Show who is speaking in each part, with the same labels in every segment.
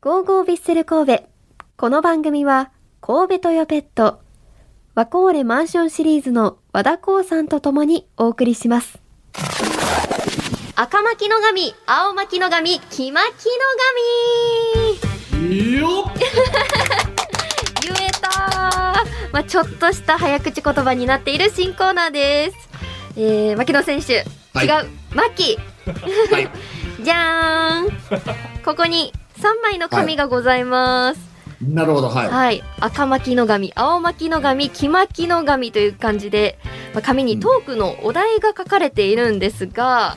Speaker 1: ゴーゴービッセル神戸。この番組は、神戸トヨペット、ワコーレマンションシリーズの和田光さんと共にお送りします。赤巻の神、青巻の神、木巻の
Speaker 2: よっ
Speaker 1: 神言えたーまあ、ちょっとした早口言葉になっている新コーナーです。えー、牧野選手、
Speaker 2: はい
Speaker 1: 違う、牧
Speaker 2: はい、
Speaker 1: じゃーん ここに3枚の紙がございます。
Speaker 2: なるほど、はい。
Speaker 1: はい、赤巻の紙青巻の紙黄巻の紙という感じで、まあ、紙にトークのお題が書かれているんですが、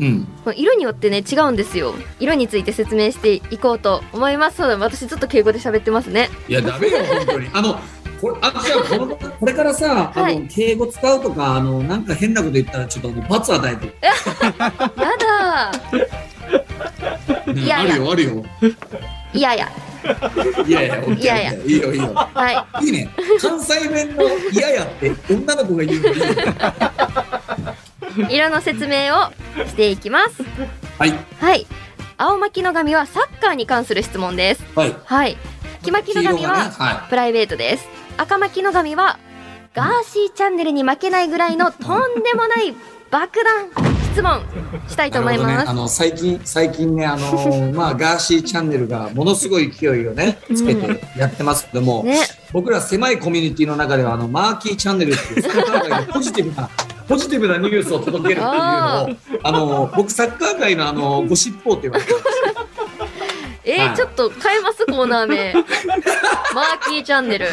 Speaker 2: うん。
Speaker 1: この色によってね違うんですよ色について説明していこうと思いますそうだ私ずっと敬語で喋ってますね
Speaker 2: いや、ダメよ、本当に。あの、これ、あ、じゃあ、この、これからさ、あの、
Speaker 1: はい
Speaker 2: 敬語使うとか、あの、なんか変なこと言ったら、ちょっと、あの、罰与えて。
Speaker 1: やだ
Speaker 2: ね
Speaker 1: いやいや
Speaker 2: あるよ、あるよ。
Speaker 1: ーいやいや
Speaker 2: いやいや、オッケー
Speaker 1: いやいや
Speaker 2: オッケーいいよ、いいよ。
Speaker 1: はい
Speaker 2: いいね。関西弁の、いややって、女の子が言うのいいよ。
Speaker 1: 色の説明をしていきます
Speaker 2: はい、
Speaker 1: はい青巻の紙はサッカーに関する質問です
Speaker 2: はい。
Speaker 1: はい黄巻の
Speaker 2: 黄色
Speaker 1: 紙
Speaker 2: がね、
Speaker 1: は
Speaker 2: は
Speaker 1: プライベートです赤巻の神はガーシーチャンネルに負けないぐらいのとんでもない爆弾質問したい
Speaker 2: い。
Speaker 1: と思い
Speaker 2: なるほど
Speaker 1: ま
Speaker 2: ね、あ
Speaker 1: す、
Speaker 2: の最近最近ねあのまあガーシーチャンネルがものすごい勢いをねつけてやってますけども、
Speaker 1: ね
Speaker 2: 僕ら狭いコミュニティの中ではあのマーキーチャンネルっていうサッカー界のポジティブな ポジティブなニュースを届けるっていうのを
Speaker 1: あ
Speaker 2: あの僕サッカー界のあのご尻尾って言われてます
Speaker 1: えー
Speaker 2: はい
Speaker 1: ちょっと変えますコーナー名マーキーチャンネル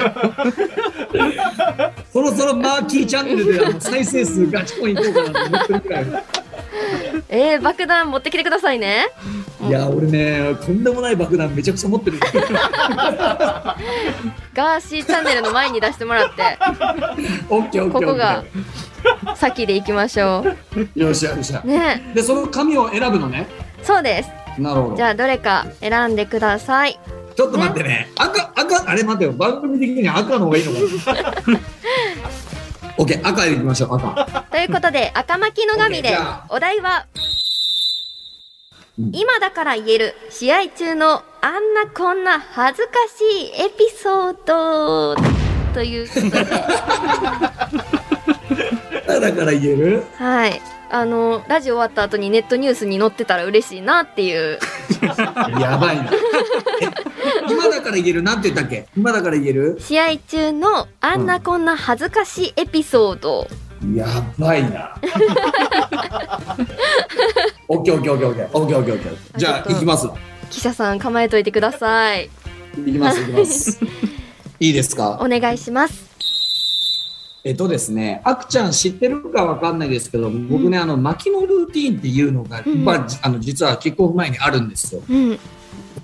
Speaker 2: そろそろマーキーチャンネルであの再生数ガチコンいこうかなと思ってるくらい
Speaker 1: えー、爆弾持ってきてくださいね
Speaker 2: いや俺ねとんでもない爆弾めちゃくちゃ持ってるんだけど
Speaker 1: ガーシーチャンネルの前に出してもらって
Speaker 2: オッケーオッケー
Speaker 1: ここが
Speaker 2: オッ
Speaker 1: 先でいきましょ
Speaker 2: ケーよっしゃよっしゃ
Speaker 1: うね
Speaker 2: でその紙を選ぶのね
Speaker 1: そうです
Speaker 2: なるほど
Speaker 1: じゃあどれか選んでください
Speaker 2: ちょっと待ってね。赤、赤、あれ待てよ。番組的に赤の方がいいのか な。オッケー、赤でいきましょう。赤。
Speaker 1: ということで赤巻の神で
Speaker 2: OK じゃあ
Speaker 1: お題は
Speaker 2: うん
Speaker 1: 今だから言える試合中のあんなこんな恥ずかしいエピソードという ことで
Speaker 2: だから言える。
Speaker 1: はいあのラジオ終わった後にネットニュースに載ってたら嬉しいなっていう
Speaker 2: やばいな。え 今だから言える。なんて言ったっけ。今だから言える。
Speaker 1: 試合中のあんなこんな恥ずかしいエピソード、
Speaker 2: やばいな。 オッケー、オッケー、オッケー、オッケー、オッケー、オッケー、オッケー。じゃあ、行きます。
Speaker 1: 記者さん構えといてください
Speaker 2: 行き ます。行きます。いいですか。
Speaker 1: お願いします
Speaker 2: えっとですね、あくちゃん知ってるかわかんないですけど、僕ね、あの巻きのルーティーンっていうのが、
Speaker 1: うん
Speaker 2: まあ、あの実はキックオフ前にあるんですよ。
Speaker 1: うん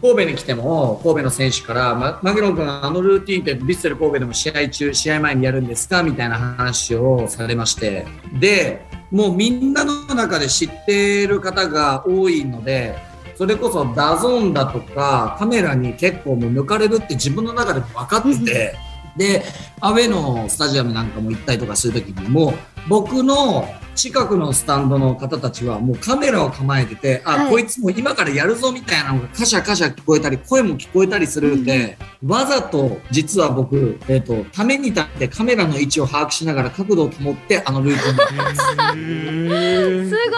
Speaker 2: 神戸に来ても神戸の選手から「まマギロン君あのルーティンってヴィッセル神戸でも試合中試合前にやるんですか?」みたいな話をされましてでもうみんなの中で知ってる方が多いのでそれこそダゾーンだとかカメラに結構もう抜かれるって自分の中でも分かってて。でアウェーのスタジアムなんかも行ったりとかするときにも僕の近くのスタンドの方たちはもうカメラを構えててあ、
Speaker 1: はい
Speaker 2: こいつもう今からやるぞみたいなのがカシャカシャ聞こえたり声も聞こえたりするんで、わざと実は僕、えっとために立ってカメラの位置を把握しながら角度を保ってあのルートに行って
Speaker 1: す
Speaker 2: ます
Speaker 1: ご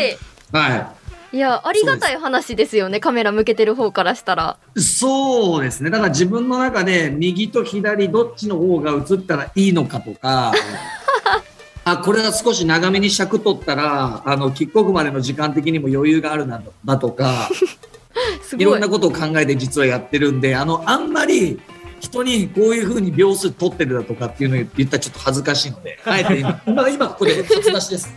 Speaker 1: い
Speaker 2: はい
Speaker 1: いやありがたい話ですよねカメラ向けてる方からしたら
Speaker 2: そうですね。だから自分の中で右と左どっちの方が映ったらいいのかとか、あ、これは少し長めに尺取ったら、あの、キックオフまでの時間的にも余裕があるなと、だとか、
Speaker 1: す
Speaker 2: い
Speaker 1: ご
Speaker 2: ろ
Speaker 1: い
Speaker 2: んなことを考えて実はやってるんで、あの、あんまり人にこういう風に秒数取ってるだとかっていうのを言ったらちょっと恥ずかしいので、あえて今、今、今ここで初出しです。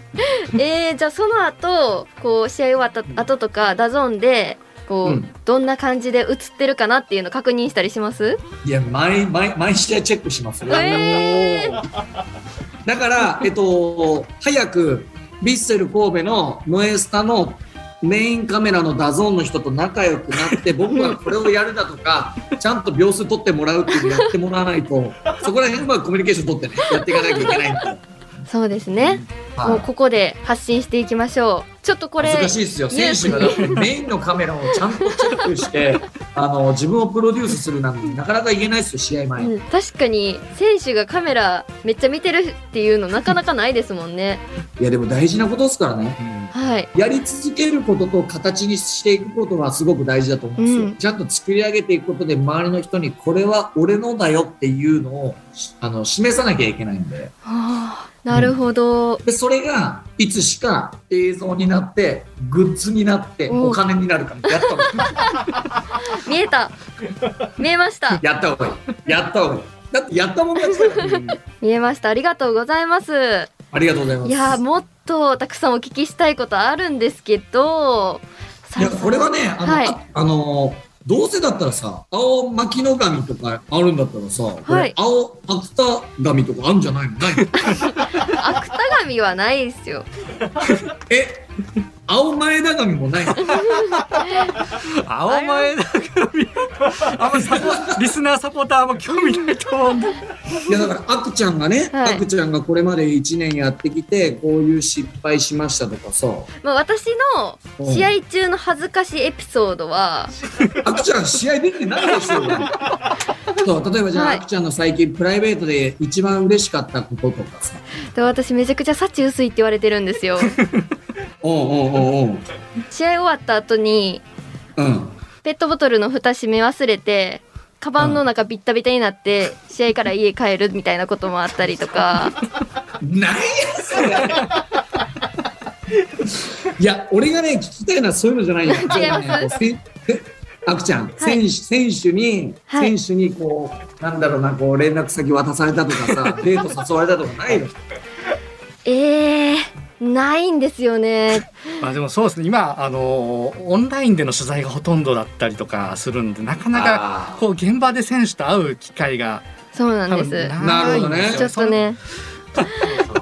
Speaker 1: えー、じゃあその後こう試合終わった後とかダゾーンでこう、
Speaker 2: うん
Speaker 1: どんな感じで映ってるかなっていうの確認したりします
Speaker 2: いや、毎、毎、毎試合チェックしますよ。
Speaker 1: え
Speaker 2: だから、えっと、早くヴィッセル神戸のノエスタのメインカメラのダゾーンの人と仲良くなって僕はこれをやるだとかちゃんと秒数取ってもらうっていうのをやってもらわないとそこら辺うまくコミュニケーション取ってねやっていかなきゃいけないんで、
Speaker 1: そうですね、もう
Speaker 2: は
Speaker 1: ここで発信していきましょうちょっとこ
Speaker 2: い、
Speaker 1: れ
Speaker 2: 難しいですよ
Speaker 1: ニュー
Speaker 2: 選
Speaker 1: ス
Speaker 2: 手
Speaker 1: に
Speaker 2: がだってメインのカメラをちゃんとチェックしてあの自分をプロデュースするなんてなかなか言えないですよ試合前、
Speaker 1: うん確かに選手がカメラめっちゃ見てるっていうのなかなかないですもんね。
Speaker 2: いやでも大事なことですからね、
Speaker 1: はい。
Speaker 2: やり続けることと形にしていくことはすごく大事だと思うんですよ、
Speaker 1: うん
Speaker 2: ちゃんと作り上げていくことで周りの人にこれは俺のだよっていうのをしあの示さなきゃいけないんで
Speaker 1: はあ、なるほど。
Speaker 2: でそれがいつしか映像になってグッズになって
Speaker 1: おう
Speaker 2: お金になるからやった方がいい
Speaker 1: 見えた。見えました。
Speaker 2: やった方がいいやった方がいいだってやったもん勝ちだから、
Speaker 1: 見えました。ありがとうございます。
Speaker 2: ありがとうございます
Speaker 1: いやーもっとたくさんお聞きしたいことあるんですけど
Speaker 2: いやこれはねあの、
Speaker 1: はい
Speaker 2: ああのーどうせだったらさ青牧野神とかあるんだったらさ、これ青芥神とかあるんじゃないのないの
Speaker 1: 芥神はないですよ
Speaker 2: え青前田神もな いの
Speaker 3: 青前だからあんまサポリスナーサポーターも興味ないと思うんだ
Speaker 2: いやだからあくちゃんがね、
Speaker 1: はい
Speaker 2: あくちゃんがこれまで1年やってきてこういう失敗しましたと かさ
Speaker 1: まあ私の試合中の恥ずかしいエピソードは
Speaker 2: あくちゃん試合出てないでしょそう例えばじゃあ、
Speaker 1: はい
Speaker 2: あくちゃんの最近プライベートで一番嬉しかったこととかさ
Speaker 1: で私めちゃくちゃ幸薄いって言われてるんです よ
Speaker 2: おうおうおうおう
Speaker 1: 試合終わった後に
Speaker 2: うん
Speaker 1: ペットボトルの蓋閉め忘れてカバンの中ビッタビタになって試合から家帰るみたいなこともあったりと か
Speaker 2: なんやそれ いや俺がね聞きたいのはそういうのじゃないよ違
Speaker 1: います
Speaker 2: あくちゃん、
Speaker 1: はい
Speaker 2: 選手選手に、
Speaker 1: はい
Speaker 2: 選手にこうなんだろうなこう連絡先渡されたとか さデート誘われたとかないの
Speaker 1: えー、ないんですよね
Speaker 3: まあでもそうですね今あのオンラインでの取材がほとんどだったりとかするんでなかなか
Speaker 2: あ
Speaker 3: こう現場で選手と会う機会が
Speaker 1: そうな
Speaker 3: 多
Speaker 1: んで
Speaker 3: 分
Speaker 1: す
Speaker 3: ないんですよ
Speaker 2: な
Speaker 1: ちょっとね。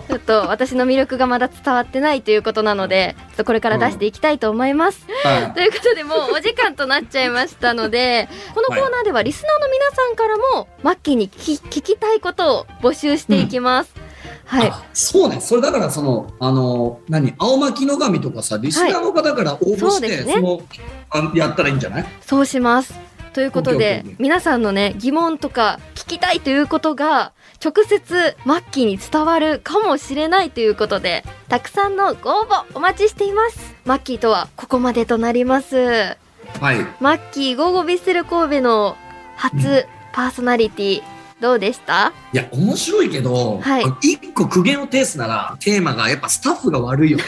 Speaker 1: ちょっと私の魅力がまだ伝わってないということなので、ちょっとこれから出していきたいと思います。
Speaker 2: ーはい
Speaker 1: ということで、もうお時間となっちゃいましたので、このコーナーではリスナーの皆さんからも、マッキーに聞き聞きたいことを募集していきます。はい。
Speaker 2: あそうねそれだからそのあの何青巻の神とかさリスナーの方から応募
Speaker 1: そう
Speaker 2: し
Speaker 1: で
Speaker 2: て、
Speaker 1: すね
Speaker 2: そのあやったらいいんじゃない
Speaker 1: そうします。ということで
Speaker 2: OKOKOK、
Speaker 1: 皆さんのね、疑問とか聞きたいということが、直接マッキーに伝わるかもしれないということで、たくさんのご応募お待ちしています。マッキーとはここまでとなります。
Speaker 2: はい
Speaker 1: マッキー午後ビッセル神戸の初パーソナリティ、どうでした
Speaker 2: いや、面白いけど、
Speaker 1: はい
Speaker 2: 一個苦言を呈すなら、テーマがやっぱスタッフが 悪いよ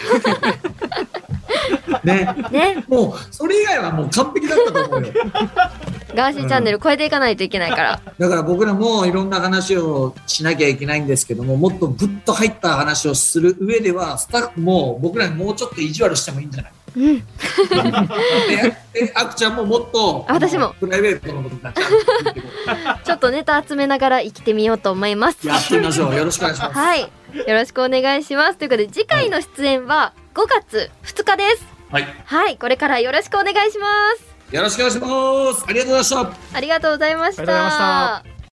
Speaker 2: ね。ね、
Speaker 1: ね
Speaker 2: もう、それ以外はもう完璧だったと思うよ。
Speaker 1: ガーシーチャンネル超えていかないといけないから。
Speaker 2: だから僕らもいろんな話をしなきゃいけないんですけども、もっとグッと入った話をする上では、スタッフも僕らにもうちょっと意地悪してもいいんじゃない
Speaker 1: うん。
Speaker 2: で、であくちゃんももっと、
Speaker 1: あ私も
Speaker 2: あのプライベートのことになっちゃうっていうこと
Speaker 1: ちょっとネタ集めながら生きてみようと思います。
Speaker 2: やってみましょう。よろしくお願いします。
Speaker 1: はい。よろしくお願いします。ということで、次回の出演は5月2日です。
Speaker 2: はい。
Speaker 1: はい、これからよろしくお願いします。
Speaker 2: よろしくお願いします。ありがとうございました。
Speaker 1: ありがとうございまし
Speaker 3: ありがとうございま
Speaker 1: た。